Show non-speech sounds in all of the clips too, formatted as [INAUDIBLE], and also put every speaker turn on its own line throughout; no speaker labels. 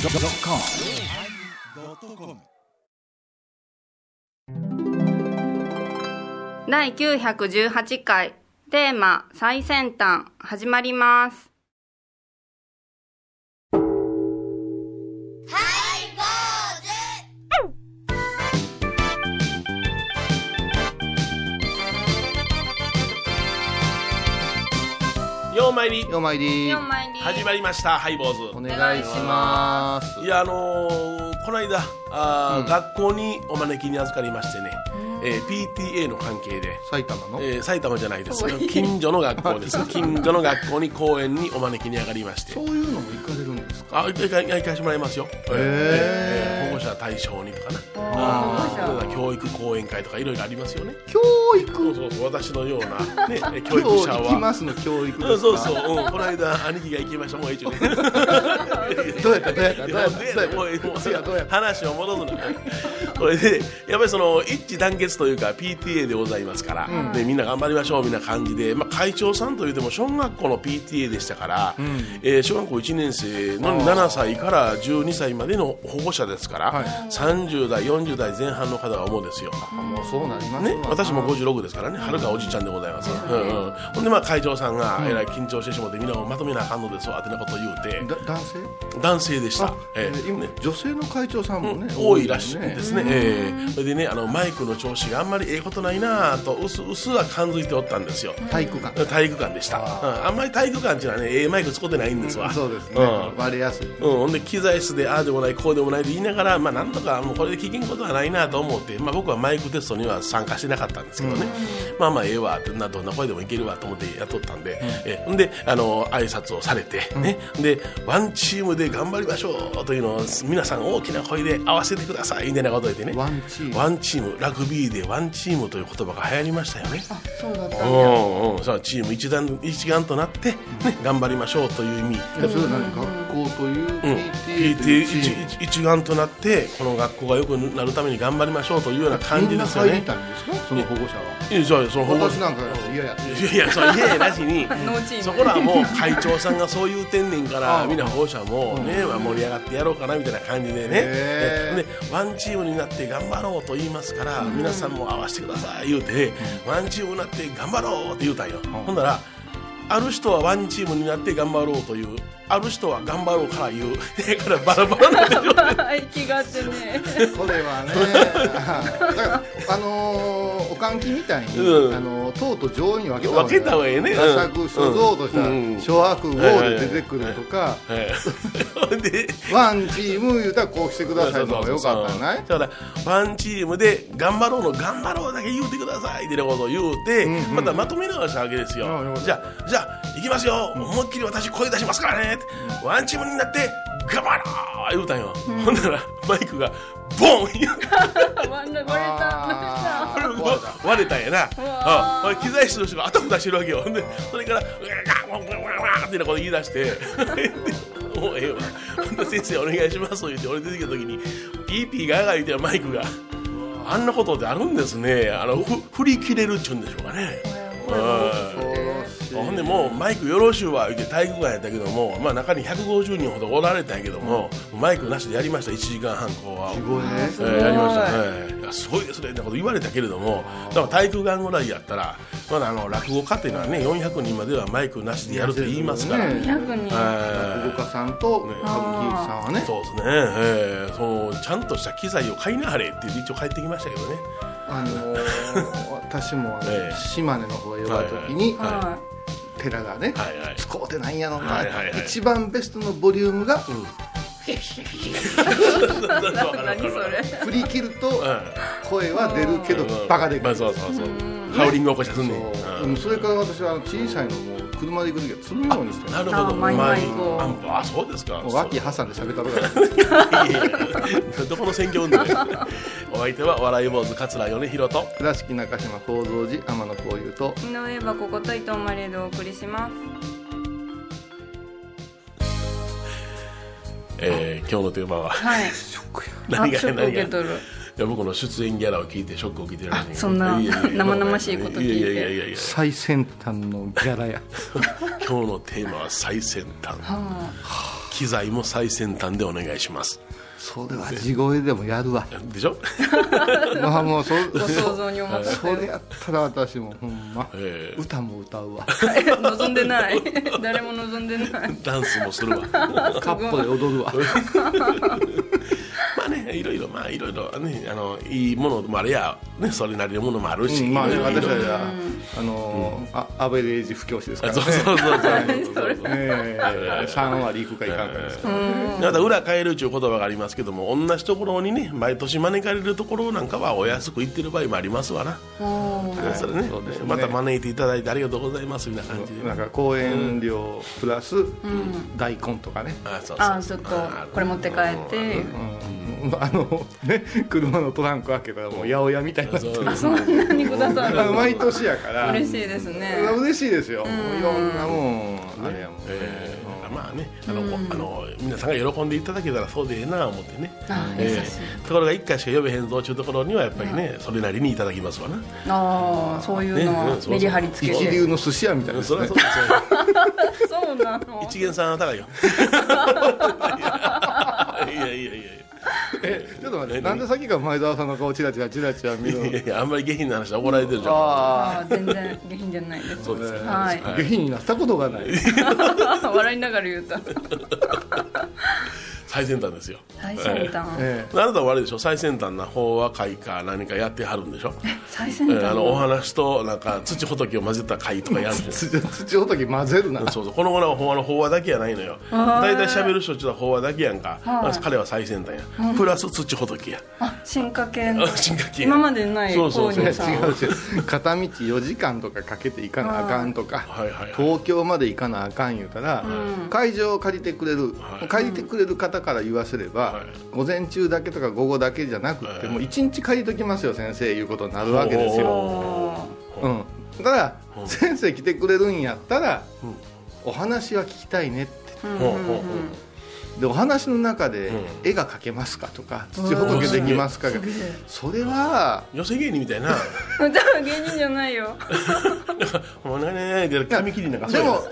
yosmir
第918回テーマ最先端始まります
ようまいり
よまいり
4枚入り
始まりましたハイボー
お
ズ
願いします
いやあのーこの間あー、学校にお招きに預かりましてね、えー PTA の関係で、
埼玉の、
えー埼玉じゃないです
遠い
近所の学校です
[LAUGHS]
近所の学校に公園にお招きに上がりまして
そういうのも行かれるんですか
あ一回行かしてもらいますよ、えー
へー
えー保護者対象にとかな
あ
あー教育講演会とかいろいろありますよね
教育
そうそうそう私のような、
[LAUGHS]
ね、教
今
育
日
者
行き
は
ますの教育です
う
か
んそうそう、うん、この間兄貴が行きましたもういいじゃ
[LAUGHS]
ね
どうやったどうやった
い
どう
や
や
も
っ
う [LAUGHS]
た
ねもうもう
どうやどうや
話を戻すのねこれでやっぱりその一致団結というか PTA でございますから、でみんな頑張りましょうみたいな感じで、まあ、会長さんといっても小学校の PTA でしたから、えー小学校1年生の7歳から12歳までの保護者ですから、
はい
30代40代前半の方が思うんですよ、
あもうそうなります
ね
わ、
私も56ですからね、はるかおじいちゃんでございます。うんうん、ほんで、まあ、会長さんが、えらい緊張してしまって、みんなをまとめなあかんのですわ、ってなことを言う
だ男性
て、男性でした。えー
今
ね
女性の会長さんもね
多いらしい
ね
ですね、ええそれでねあのマイクの調子があんまりええことないなぁとうすうすは感づいておったんですよ
体育館
体育館でしたあ,、うん、あんまり体育館っていうのはねええマイク使ってないんですわ、
そうですね
うん
割れやすい
うん、ほんで機材室でああでもないこうでもないと言いながら、まあ、なんとかもうこれで聞けんことはないなと思って、まあ、僕はマイクテストには参加してなかったんですけどね、まあまあええわってなどんな声でもいけるわと思ってやっとったんで、えほんであの挨拶をされて、ねでワンチームで頑張りましょうというのを皆さん大きな声で合わせてくださいみたいなことを言ってね
ワンチーム
ワンチームラグビーでワンチームという言葉が流行りましたよね。
そうだった
うんうん、さあチーム一段一丸となって、ね、頑張りましょうという意味
いやそれは何学校という
うん PTA
PTA というチ
一
ーム
一一丸となってこの学校が良くなるために頑張りましょうというような感
み
じ
んな
ですよ
入り
ね。
たいんですかその保護者はい
やそうよその保護
私なんか嫌や
いやいやそれいやいやなし [LAUGHS] に
ノーチーム
そこらはもう会長さんがそう言うてんねんか [LAUGHS]
あ
ら
ー
みんな保護者もね、まあ盛り上がってやろうかなみたいな感じでね
へー
でワンチームになって頑張ろうと言いますから、皆さんも合わせてください言うて、ワンチームになって頑張ろうって言うたんよ、ほんならある人はワンチームになって頑張ろうというある人は頑張ろうから言う [LAUGHS] だからバラバラなんでしょ
[LAUGHS] 気がってね
これはねだからあのーおかんきみたいに、
うん
あのー党と上位に分けた
分けた方がええね
和
う
作
ん
所蔵とした
うん
諸悪号で出てくるとか、
ええほんで
ワンチーム言うたらこうしてくださいの方がよかったんない
だからワンチームで頑張ろうの頑張ろうだけ言うてくださいってなことを言うて、
んうん
またまとめ直したわけですよ
なるほど
じゃあじゃあ行きますよ、思いっきり私声出しますからねって、ワンチームになって頑張ろう言うたんよ、ほんならマイクがボン言う
ワンルボ
あー壊れた
割れたんやな
わー
うん機材室の人があたふたしてるわけよほんでそれから「うわーわーわーわーわーってなこと言い出してでもうええわほんで先生お願いします」言って俺出てきた時にピーピーガーガー言ってマイクが「あんなことってあるんですねあのふ振り切れるっちゅうんでしょうかね」うん
恐ろしい
ほんでもうマイクよろしゅうわ言って体育館やったけども、まあ、中に150人ほどおられたんやけども、マイクなしでやりました1時間半後は
地声
えーやりましたね、いやすごいですねってこと言われたけれども、だから体育館ぐらいやったら、まだあの落語家っていうのはね、400人まではマイクなしでやると言いますから、
ね
200人
え
動
ー
かさんと歌舞伎さんはね
そうですね、えーそのちゃんとした機材を買いなはれって一応帰ってきましたけどね、
あのー私もあ
[LAUGHS]
の
ええ
島根の方へ呼ばれた時に
はい
は
寺がね
はいはい
使うてないんやろな
はいはいはい
一番ベストのボリュームが
い
[LAUGHS]
何それ
振り切ると
う
声は出るけど
んうん
バカで
ま
か
あ
い
そうそうそう、ハウリング起こしたすんねん
そう
う
うんんそれから私はあの小さいのもう車で行く時は積むようにして
なる
あ
ほど、
マイマイこう
あんあそうですか、
もう脇挟んで喋ったことがない
いやいや [LAUGHS] どこの選挙運動やお相手は笑い坊主桂米広と
倉敷中島幸三寺天野幸雄と
井上はここと伊藤マレーでお送りします
えー今日のテーマは
はい
何が
あショック
何
受け
が
取る
いや僕の出演ギャラを聞いてショックを受けてるのに
あそんない
やいやいや
生々しいこと聞いて
やいやいやいや
最先端のギャラや
今日のテーマは最先端
は
機材も最先端でお願いします
それは地声でもやるわ
でしょ、
まあもうそ
あ、ご想
そ
像にお任
それ
せ
やったら私もほんま
ええ
歌も歌うわ
[LAUGHS]
望んでない誰も望んでない
ダンスもするわ
カップで踊るわ
まあね、いろいろ、まあ、いろいろ、ね、あの、いいものもあれや、ね、それなりのものもあるし。
まあね
いろいろ
私たちはあのーあアベレージ不教師ですから
そ
ね
うそうそうそう。
ええ3割いくかいかんかですから
また裏変えるという言葉がありますけども同じところにね毎年招かれるところなんかはお安く行ってる場合もありますわな、
おー
それね
そうですね
また招いていただいてありがとうございますみたいな感じで、
なんか公演料プラス大根とかね、
あそう
あちょっとこれ持って帰って
うんあのね車のトランク開けたらもう八百屋みたいになってる
そうです
そんなにくださ
[LAUGHS]
あの
る
[LAUGHS] 毎年やから
嬉しいですね
嬉しいですよいろんなもんあれやもん
えーまあねあの、あの皆さんが喜んでいただけたらそうでええな思ってね、
あ優しい
えーところが1回しか呼べへんぞというところにはやっぱりね、それなりにいただきますわな
ああそういうの
ね
は
ねそうそう
メリハリつけ
一
て
流の寿司屋みたいなです
そりゃ
ね
そうですよ
そうなの
一元さんは高いよ。いやいやいやい
[LAUGHS] えちょっと待ってなんでさっきから前澤さんの顔チラチラチラチラ見
やいや
る
いやあんまり下品な話は怒られてるじゃん。
あ
ああ全然下品じゃないです
そうですか。
はい [LAUGHS]
あ下品になったことがない
笑いながら言うた
最先端ですよ。
最先端
え
あなたはあれでしょ最先端な法話会か何かやってはるんでしょ、
最
え
先
ー、あ
端
のお話となんか土仏を混ぜた会とかやるんで
え
す
土土ほとき混ぜるな
そうそうこの頃は法話の法話だけやないのよ大体しゃべる人っていうのは法話だけやんか、
はい
彼は最先端や、プラス土仏や
あ進化系の
あ進化系
今までにない
そうそう
購
そう
いや
入
[LAUGHS] 違
さん
う違う片道4時間とかかけて行かなあかんとか、
はいはいはい
東京まで行かなあかん言うたら、会場を借りてくれる、
はい
借りてくれる方から言わせれば、
はい
午前中だけとか午後だけじゃなくっ
は
て、
い
もう1日借りときますよ先生いうことになるわけですよ、
おー
うん、だから先生来てくれるんやったら、お話は聞きたいねって
ほうほうほう
でお話の中で
ん
絵が描けますかとか土仏できますかがそれは
寄せ芸人みたいな
多分芸人じゃないよ
「お願い」で髪切りなんか
で
うや
も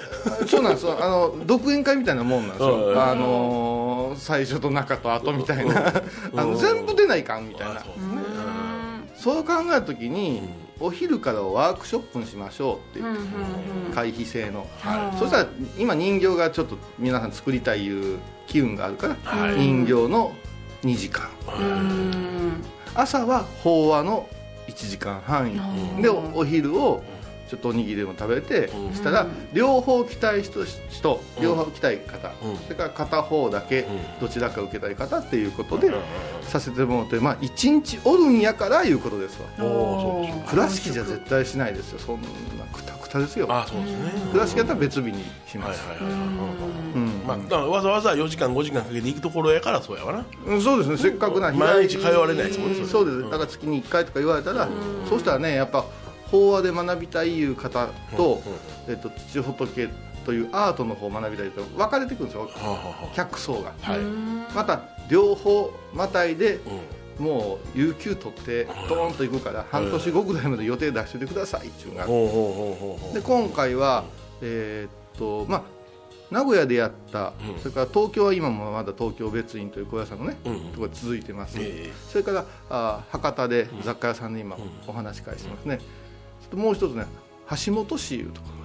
そうなんですよあの独演会みたいなもんなんです
うんうん
よ、あのー最初と中と後みたいなあの全部出ないかんみたい
あ
な
そうですね
そう考えた時にお昼からワークショップにしましょうって言って会費制のそしたら今人形がちょっと皆さん作りたいいう機運があるから
はい
人形の2時間
うん
朝は法話の1時間半でおお昼をちょっとおにぎりでも食べて
うん
したら両方来たい人人両方来たい方
うん
それから片方だけ
ん
どちらか受けたい方っていうことで
うんうん
させてもらってまあ1日おるんやからいうことですわ
おーそう
倉敷じゃ絶対しないですよそんなくたくたですよ
あそうですね
倉敷やったら別日にし
はい
ます
はいはいうん
うん
まあだからわざわざ4時間5時間かけて行くところやからそうやわな
うんそうですねせっかくな
毎日通われないですもんね
う
そ
ん
れ
そうですだから月に1回とか言われたらそうしたらねやっぱ法話で学びたいいう方と,、えっと土仏というアートの方を学びたいと分かれてくるんですよ
はあは
客層が
あはいうん
また両方またいでもう有給取ってドーンと行くから半年後ぐらいまで予定出しててくださいっていうのがあって
ほうほうほうほうほ
で今回は、えーっとまあ、名古屋でやった、
うん
それから東京は今もまだ東京別院という小屋さんのね、
うん
ところが続いてます、
ええ
それからあー博多で雑貨屋さんで今お話し会してますね、ちょっともう一つね橋本市いうところ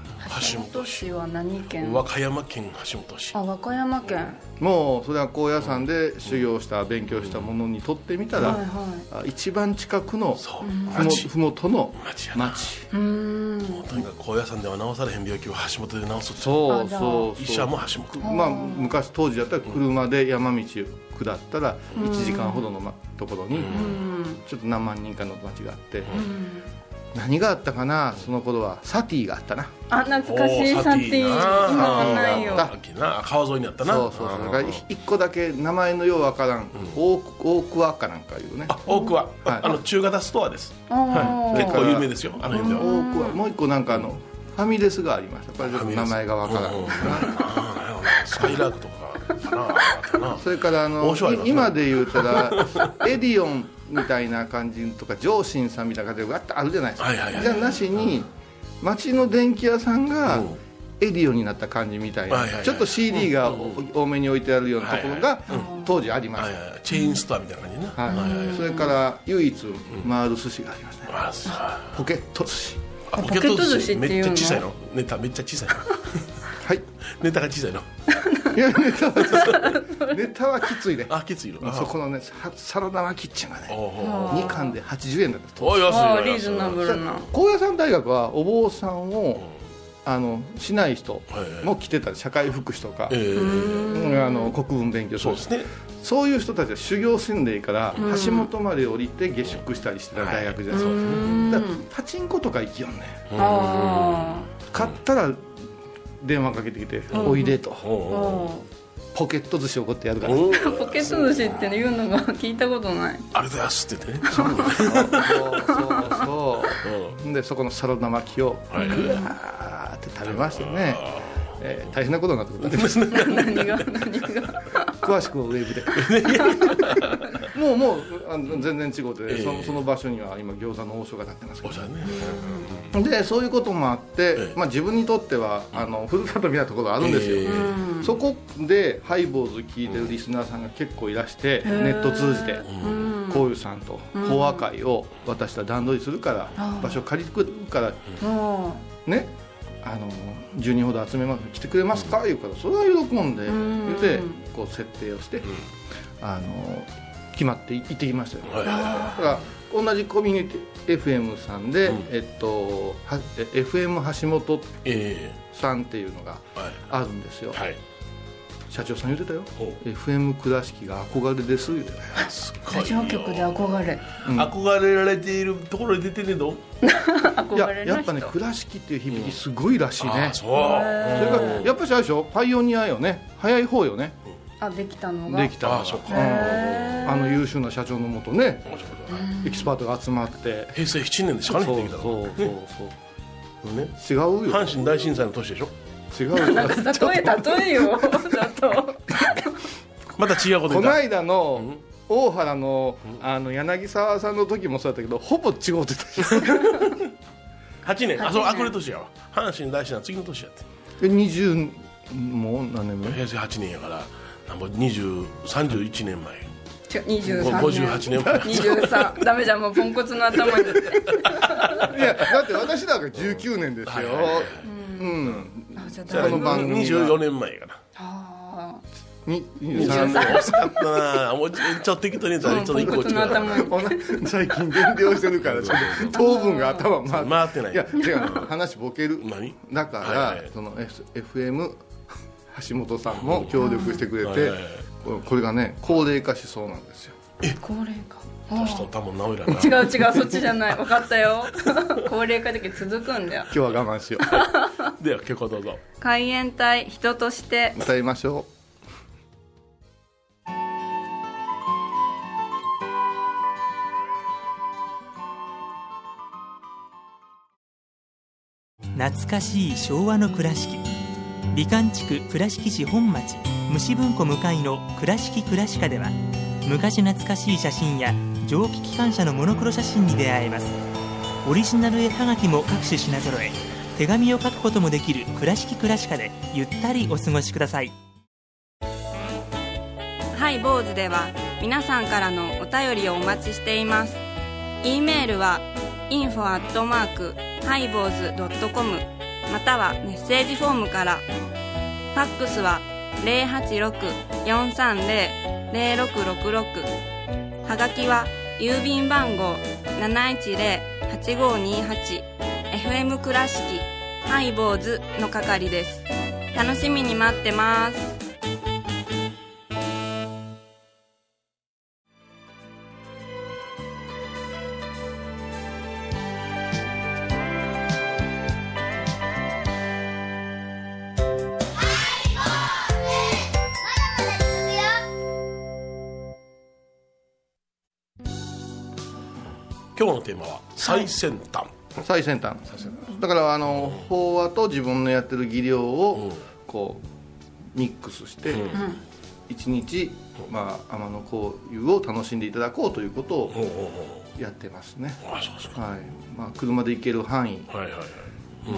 橋本市は何県
う和歌山県橋本市
あ和歌山県
もうそれは高野山で修行した、勉強したものにとってみたら、
はいは
あ一番近くの
そう
ふも
町
ふもとの
町やな
町
いうーん
もうとにかく高野山では治されへん病気を橋本で治すって
そ
あ
う
じゃあ
そうそう
医者も橋本
まあ、昔当時だったら車で山道下ったら1時間ほどの、ま、ところ
う
に
ん
ちょっと何万人かの町があって何があったかなその頃はサティがあったな
あ懐かしいサティ今はないよ
あ
さっきな川沿いにあったな
そうそうそうだから
ん
1個だけ名前のようわからん大桑かなんかいうね
あ多くは
はい
あの中型ストアです
あ
結
で
ー
構有名ですよあの辺で
大
は
桑もう1個なんかあのファミレスがありましたこれちょっと名前がわから
うんんうんあなんやろなスカイラークとかかなあったな
それからあの
面白いなそれ
[LAUGHS] 今で言うたらエディオンみたいな感じとか上信さんみたいな感じがわっとあるじゃないですか、
はいはいはい
じゃなしに町の電気屋さんが
うん
エディオンになった感じみたいな、
はいはいはい
ちょっと CD が多めに置いてあるようなところが当時ありま
は
し
いはいチェーンストアみたいな感じね
た、はいそれから唯一回る寿司がありましたね
あそうあ
ポケット寿司
ポ
ケット寿司って
め
い
っ
う
ちゃ
の
小さいのネタめっちゃ小さいの
はい
ネタが小さいの
いやネタはネタはきついね
あきついのあ
そこのねさサラダはキッチンがね
おうおう
2貫で80円だった
おうおい安い
あ
わ
あリーズナブルな
高野山大学はお坊さんをあのしない人も来てたり社会福祉とか、
ええ
うんあの国文勉強
そう
と
で
か
すね
そういう人たちは修行せんでいいから橋本まで降りて下宿したりしてた大学じゃないですかだからパチンコとか行きよんね
あ
買ったら電話かけてきて「おいで」と
おう
あ
おう
「ポケット寿司おごってやるから」
おう
ポケット寿司っていうのが聞いたことない
ありがとうございますって言ってね
そうそうそうでそこのサラダ巻きをぐわ
い
ーって食べましてね、えー大変なことになってくるんです
[LAUGHS] 何が何が
詳しくはウェブで
[LAUGHS]
もうもうあの全然違うて、
ええ
そのその場所には今餃子の王将が立ってますけ
おうじゃあね
どでそういうこともあって、
ええ
まあ、自分にとってはあのふるさとみたいなところあるんですよ、
ええ
そこでハイボーズ聞いてるリスナーさんが結構いらして、ネット通じてこういうさんと講和会を私たち段取りするから、場所借りてくるから
も
ねあの10人ほど集めます来てくれますか?」言うからそれは喜んで言ってこう設定をして、あの決まって行ってきましたよ
はいはいはい
だから同じコミュニティ FM さんで、えっと、はえ FM 橋本
え
さんっていうのが
えはい
あるんですよ、
はい
社長さん言ってたよ
おう
「FM 倉敷が憧れです」言ってたよ
す
う
ご
ラ
い
ジ
よ
オ局で憧れ
憧れられているところに出てねえの
い
憧
や
れ
や
の
っぱ
人
ね倉敷っていう響きすごいらしいね、
あ
そ
そう
れからやっぱしあれでしょパイオニアよね早い方よね
あできたのが
できたのが
あそっか
うんあの優秀な社長のもとね
面白いことだ
エキスパートが集まって
平成7年でし
そ
か
う
ね
そう
できたの
そう
ね
そう違うよ
阪神大震災の年でしょ [LAUGHS]
違うよ
例え例えよだと
また違うこと言
こ
っ
の
た
間の大原のあの柳沢さんの時もそうだったけどほぼ違うってた [LAUGHS]
8年あそう
8
あ
年
これ年やわ阪神大震災の次の年やって
え20もう何年目
平成8年やからなんぼ2031年前
違う23
58年前
23ダメじゃんもうポンコツの頭に
いやだって私なんか19年です
はい
よ
はいはいはい
うん
あじゃあ
こ
だい
の
ぶ
番組が
24年前やから
あ
に
23
23
年
年
遅かったなもうちょっと適当に言ったら
ー
ちょ
ポ
っと
ン
一
コ
個落
ツ
ちた
の
から
頭に
こんな [LAUGHS] 最近減量してるからちょっと糖分が頭回って
回ってない
いや違うの話ボケる
何
だから、
はいはい
その S- FM 橋本さんも協力してくれ
はい
て
はいはい
ここれがね高齢化しそうなんですよ
高齢化
年取ったもんなおいらな
違う違うそっちじゃない分かったよ高齢化だけ続くんだよ
今日は我慢し
[LAUGHS]
よう
では結構どうぞ
海援隊人として
歌いましょ
懐かしい昭和の倉敷美観地区倉敷市本町虫文庫向かいの「倉敷倉歯科」では昔懐かしい写真や蒸気機関車のモノクロ写真に出会えますオリジナル絵はがきも各種品揃え手紙を書くこともできる「倉敷倉歯科」でゆったりお過ごしください
ハイボーズでは皆さんからのお便りをお待ちしています。e メールは info アットマークハイボーズドットコムまたはメッセージフォームから。ファックスは086-430-0666はがきは郵便番号710-8528 FM 倉敷ハイボーズの係です。楽しみに待ってます。
今日のテーマは最先端
う最先端だからあの法話と自分のやってる技量をこうミックスして、一日、まあ、天の香湯を楽しんでいただこうということを
おうおうおう
やってますね、
あそうそう
はいまあ、車で行ける範囲、
はいはいはい
ま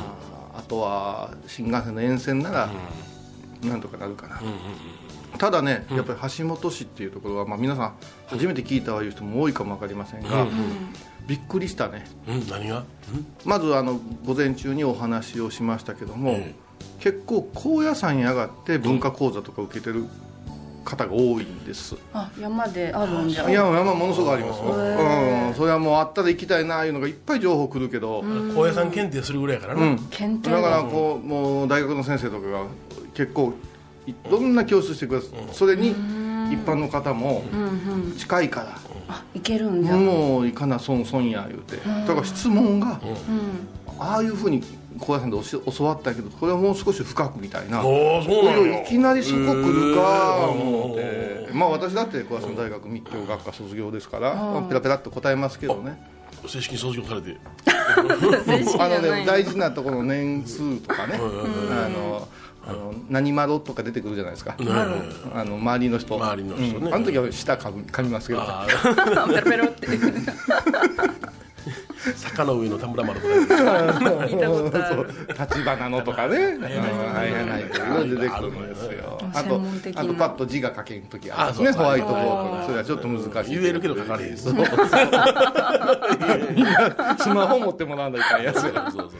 あ、あとは新幹線の沿線ならなんとかなるかな、
うんうん
ただねやっぱり橋本市っていうところは、まあ、皆さん初めて聞いたわいう人も多いかも分かりませんが、びっくりしたね
うんうん何が
まずあの午前中にお話をしましたけども、
え
結構高野山に上がって文化講座とか受けてる方が多いんです、
あ山であるんじゃ
いや山ものすごくありますよ、
へ
うん、それはもうあったら行きたいなあいうのがいっぱい情報来るけど、うん
高野山検定するぐらいやからな、
検定
だか
が
らこうもう大学の先生とかが結構いろんな教室してください、それに一般の方も近いから、
いけるんじゃ
もういかな損損や言うてだから質問が、ああいうふうに高野山でおし教わったけどこれはもう少し深くみたいな
おおそうなんや
いきなりそこ来るか
へー
思ってまあ私だって小林さん大学密教学科卒業ですから、まあペラペラっと答えますけどね
正式に卒業され [LAUGHS] て
正式じ
[LAUGHS] あ
ゃ
の
な
ね
い
大事なところの年数とかねあのあの何窓とか出てくるじゃないですかあの周りの人
周りの人ね
うんあの時は舌噛み噛みますけど
あ
ペロペロっ
[LAUGHS]
て
ー坂の上の田村丸とか
聞いたことある
立花の
[LAUGHS]
とかねあのはいはいはいっていうの出てくるんですよあと
専門的な
あとパッと字が書けん時ある
あ
んですね
そう
ホワイトボードにそれはちょっと難しい
言えるけど書かれへん [LAUGHS] そう
スマホ持ってもらわないかんやつ
そう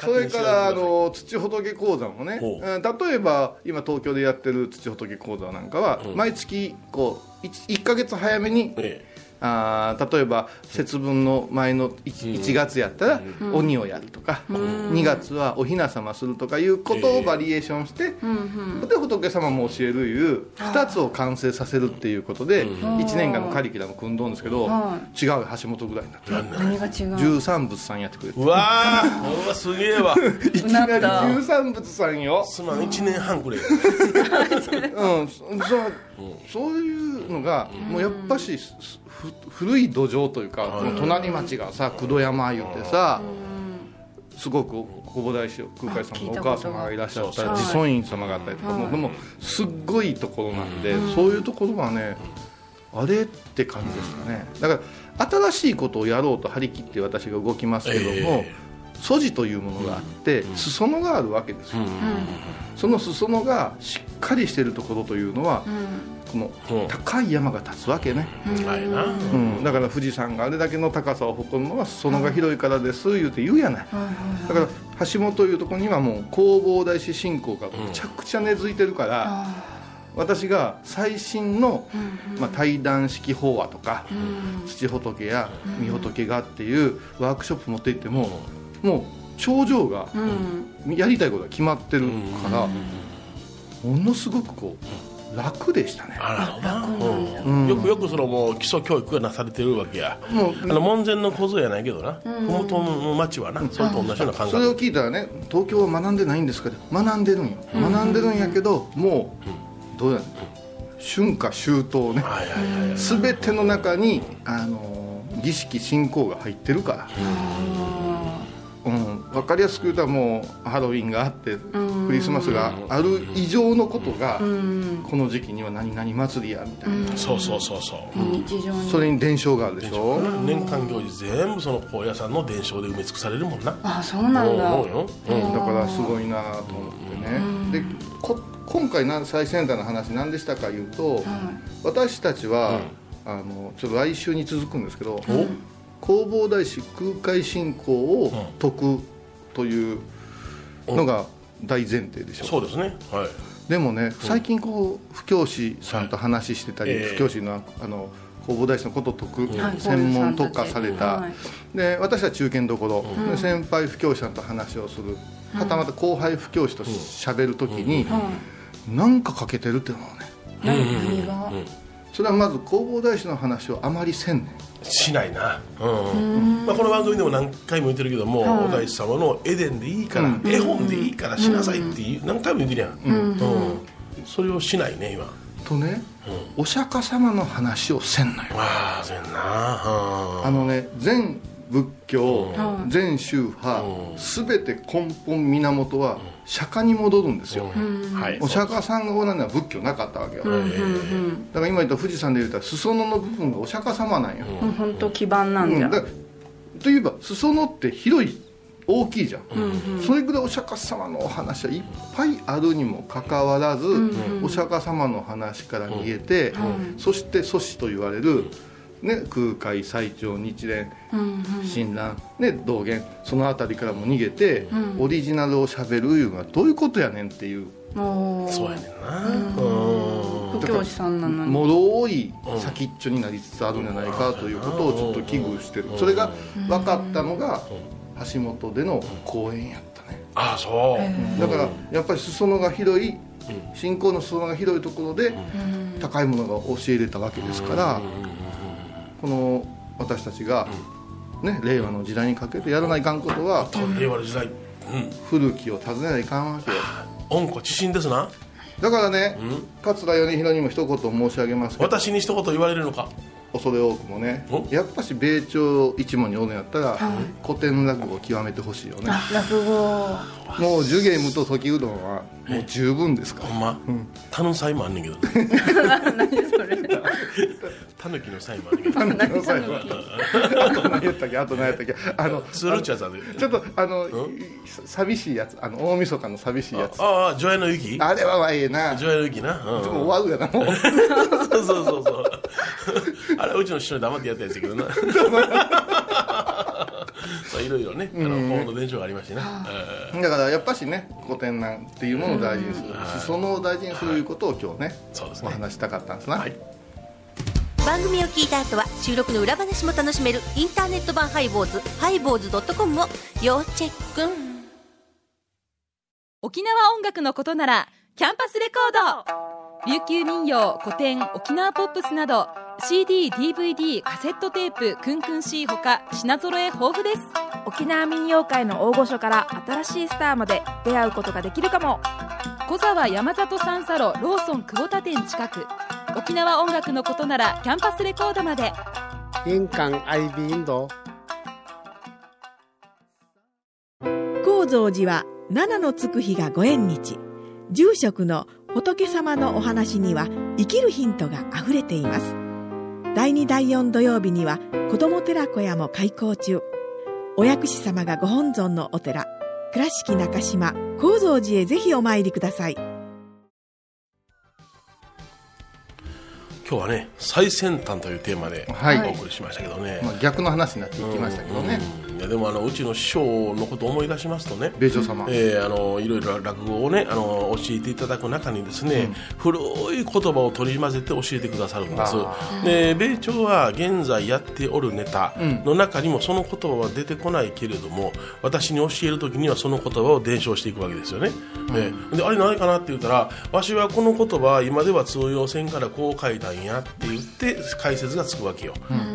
それからあの土仏講座もね、
ほう
うん例えば今東京でやってる土仏講座なんかは、毎月こう 1, 1ヶ月早めに、
え
あー例えば節分の前の 1, 1月やったら鬼をやるとか、2月はお雛様するとかいうこと
ええ
をバリエーションして、で仏様も教えるいう2つを完成させるっていうことで1年間のカリキュラム組んどんですけど、
は
違う橋本ぐらいになってる
何が違う
13仏さんやってくれて
うわーうわすげえわ
いきなり13仏さんよ
すまん1年半くれ
うん、そそうそういうのが、もうやっぱしすふ古い土壌というか、もう隣町がさ工藤山言ってさ、すごく弘法大師空海様のお母様がいらっしゃったり
あ聞いたことが
自尊院様があったりとか、もうでもすっごいところなんで、そういうところはねあれって感じですかねだから新しいことをやろうと張り切って私が動きますけども、
え
素地というものがあって、裾野があるわけですよ、その裾野がしっかりしているところというのは、こ
うん
の高い山が立つわけね、
はいな
うんだから富士山があれだけの高さを誇るのは裾野が広いからです言うて言うやない、だから橋本というところにはもう弘法大師信仰がむちゃくちゃ根付いてるから、私が最新の、まあ、対談式法話とか、土仏や御仏がっていうワークショップ持って行っても、もう頂上がやりたいことが決まってるから、ものすごくこう楽でしたね。
あらほなうんよくよくそのもう基礎教育がなされてるわけや
もう
あの門前の小僧やないけどな麓の町はなそれと同じような感
それを
覚
聞いたらね東京は学んでないんですかね学んでるんよ学んでるんやけどもうどうやね春夏秋冬ね
はいはいはい
全ての中にあのー儀式信仰が入ってるからうん分かりやすく言うともうハロウィンがあってクリスマスがある以上のことがこの時期には何々祭りやみたいな
そうそうそうそう
日常に
それに伝承があるでしょ
年間行事全部その高野山の伝承で埋め尽くされるもんな
あそうなんだ
思うようん
だからすごいなと思ってね、でこ今回な最先端の話何でしたかいうと、私たちは、あのちょっと来週に続くんですけど弘法大師空海信仰を説くというのが大前提でしょ
そうですねはい
でもね最近こう布教師さんと話してたり、
はいええ
布教師のあの弘法大師のことを解く、
はい
専門特化された、
はい
で私は中堅どころ、で先輩布教師さんと話をする、はたまた後輩布教師としゃべるときに、なんか欠けてるって思うね
何が
それはまず弘法大師の話をあまりせんねん
しないな、うんまあ、この番組でも何回も言ってるけども、お大師様の「エデン」でいいから、絵本でいいからしなさいっていう何回も言ってるやん、うんそれをしないね今
とね、お釈迦様の話をせんのよ
ああせんな、
あのね全仏教
うん
全宗派全て根本源は釈迦に戻るんですよも
はい、
う釈迦さんがおらんのは仏教なかったわけよだから今言った富士山で言ったら裾野の部分がお釈迦様なんよ
うん本当基盤なん
うん
じゃ
だからといえば裾野って広い大きいじゃん、それぐらいお釈迦様のお話はいっぱいあるにもかかわらず、お釈迦様の話から逃げて、そして祖師と言われる、ね、空海最澄日蓮親鸞、ね、道元その辺りからも逃げて、オリジナルをしゃべるいうのはどういうことやねんっていう
おー
そうやねんなうん
布教師さんなのに
もろい先っちょになりつつあるんじゃないかということをちょっと危惧してるそれが分かったのが橋本での講演やったね
ああそう、
だからやっぱり裾野が広い信仰の裾野が広いところで高いものが教えれたわけですからこの私たちがね令和の時代にかけてやらないかんことは
令和の時代うん
古きを訪ねないかんわけよ
恩子知心ですな
だからね桂米広にも一言申し上げますけど
私に一言言われるのか
恐れ多くもね
お
やっぱし米朝一門におるんやったら、古典落語を極めてほしいよね
落語
もう寿ゲームと時うどんはもう十分ですか
ほんま、頼むサイもあんねんけど
[LAUGHS]
[LAUGHS] タヌキのサイもあんねんけど
ら [LAUGHS] 何を最後あと何やったっけあと何やったっけあの
ツルチャザで
ちょっとあのさ寂しいやつあの大晦日の寂しいやつあ
ああ除夜の雪
れはまあええな
除夜の雪な、うん
もう終わるやな [LAUGHS] もう
そうそうそうそうあれはうちの師匠に黙ってやったやつやけどな
[LAUGHS]
そういろいろねあの法の伝承がありましてね、うん
だからやっぱしね古典なんていうものを大事にするしそのを大事にするいうことを今日ね
そうです
お
ね
話したかったんですな、
はい
番組を聞いた後は収録の裏話も楽しめるインターネット版ハイボーズハイボーズドットコムを要チェック
沖縄音楽のことならキャンパスレコード琉球民謡古典沖縄ポップスなど CDDVD カセットテープクンクン C ほか品揃え豊富です
沖縄民謡界の大御所から新しいスターまで出会うことができるかも
小沢山里三佐路ローソン久保田店近く沖縄音楽のことならキャンパスレコードまで
印鑑アイビーインド
高蔵寺は七のつく日がご縁日住職の仏様のお話には生きるヒントがあふれています第2第4土曜日には子ども寺小屋も開校中お薬師様がご本尊のお寺倉敷中島・高蔵寺へぜひお参りください
今日はね最先端というテーマで
はい
お送りしましたけどね、
まあ、逆の話になっていきましたけどね
うんいやでもあのうちの師匠のことを思い出しますとね、
米朝様、
えーあのいろいろ落語をねあの教えていただく中にですね、古い言葉を取り混ぜて教えてくださるんです
あ
で米朝は現在やっておるネタの中にもその言葉は出てこないけれども私に教える時にはその言葉を伝承していくわけですよね、えーであれ何かなって言ったらわしはこの言葉は今では通用せんからこう書いたんやって言って解説がつくわけよ、うん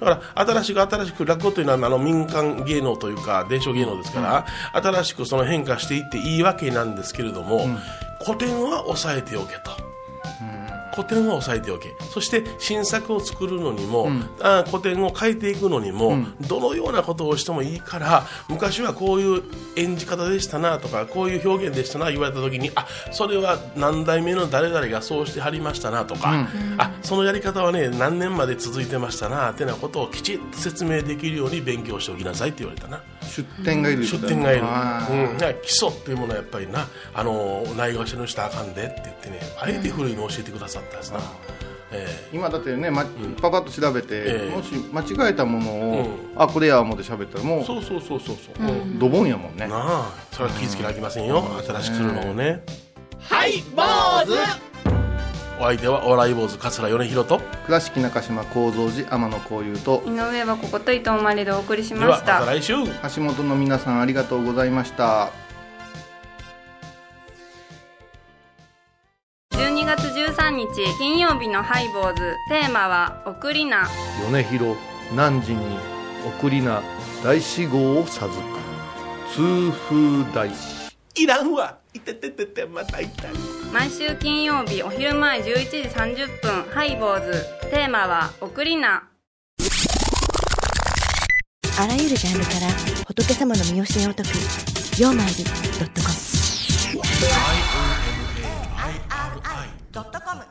だから新しく新しく落語というのはあの民間芸能というか伝承芸能ですから、新しくその変化していっていいわけなんですけれども、古典は抑えておけと。古典は抑えておけそして新作を作るのにも、あー古典を変えていくのにも、どのようなことをしてもいいから昔はこういう演じ方でしたなとかこういう表現でしたな言われた時にあそれは何代目の誰々がそうしてはりましたなとか、あそのやり方はね何年まで続いてましたなってなことをきちっと説明できるように勉強しておきなさいって言われたな。
出店がいる
出店がいる、
あ
う
ー
ん、だから基礎っていうものはやっぱりなあのないがしろにしたらあかんでって言ってねあえて古いのを教えてくださったんですな、え
今だってね、ま、パパッと調べて、
ええ
もし間違えたものを、
うん
あこれや思って喋ったらも
え
う
そうそうそうそうそう、
ドボンやもんね
なあそれは気付けなきませんよ、新しくするのもねはい坊主お相手はお笑い坊主桂米宏と
倉敷中島幸三寺天野幸雄と
井上はここと伊藤まりでお送りし
で
ま
は
し
また
た
来週
橋本の皆さんありがとうございました
12月13日金曜日のハイボーズテーマは「送りな」
米広南人に送りな大志号を授く通風大師
いらんわいててててまたいたい
毎週金曜日お昼前11時30分ハイボーズテーマは「送りな」
あらゆるジャンルから仏様の身教えを解く「曜マイル .com」
ドットコム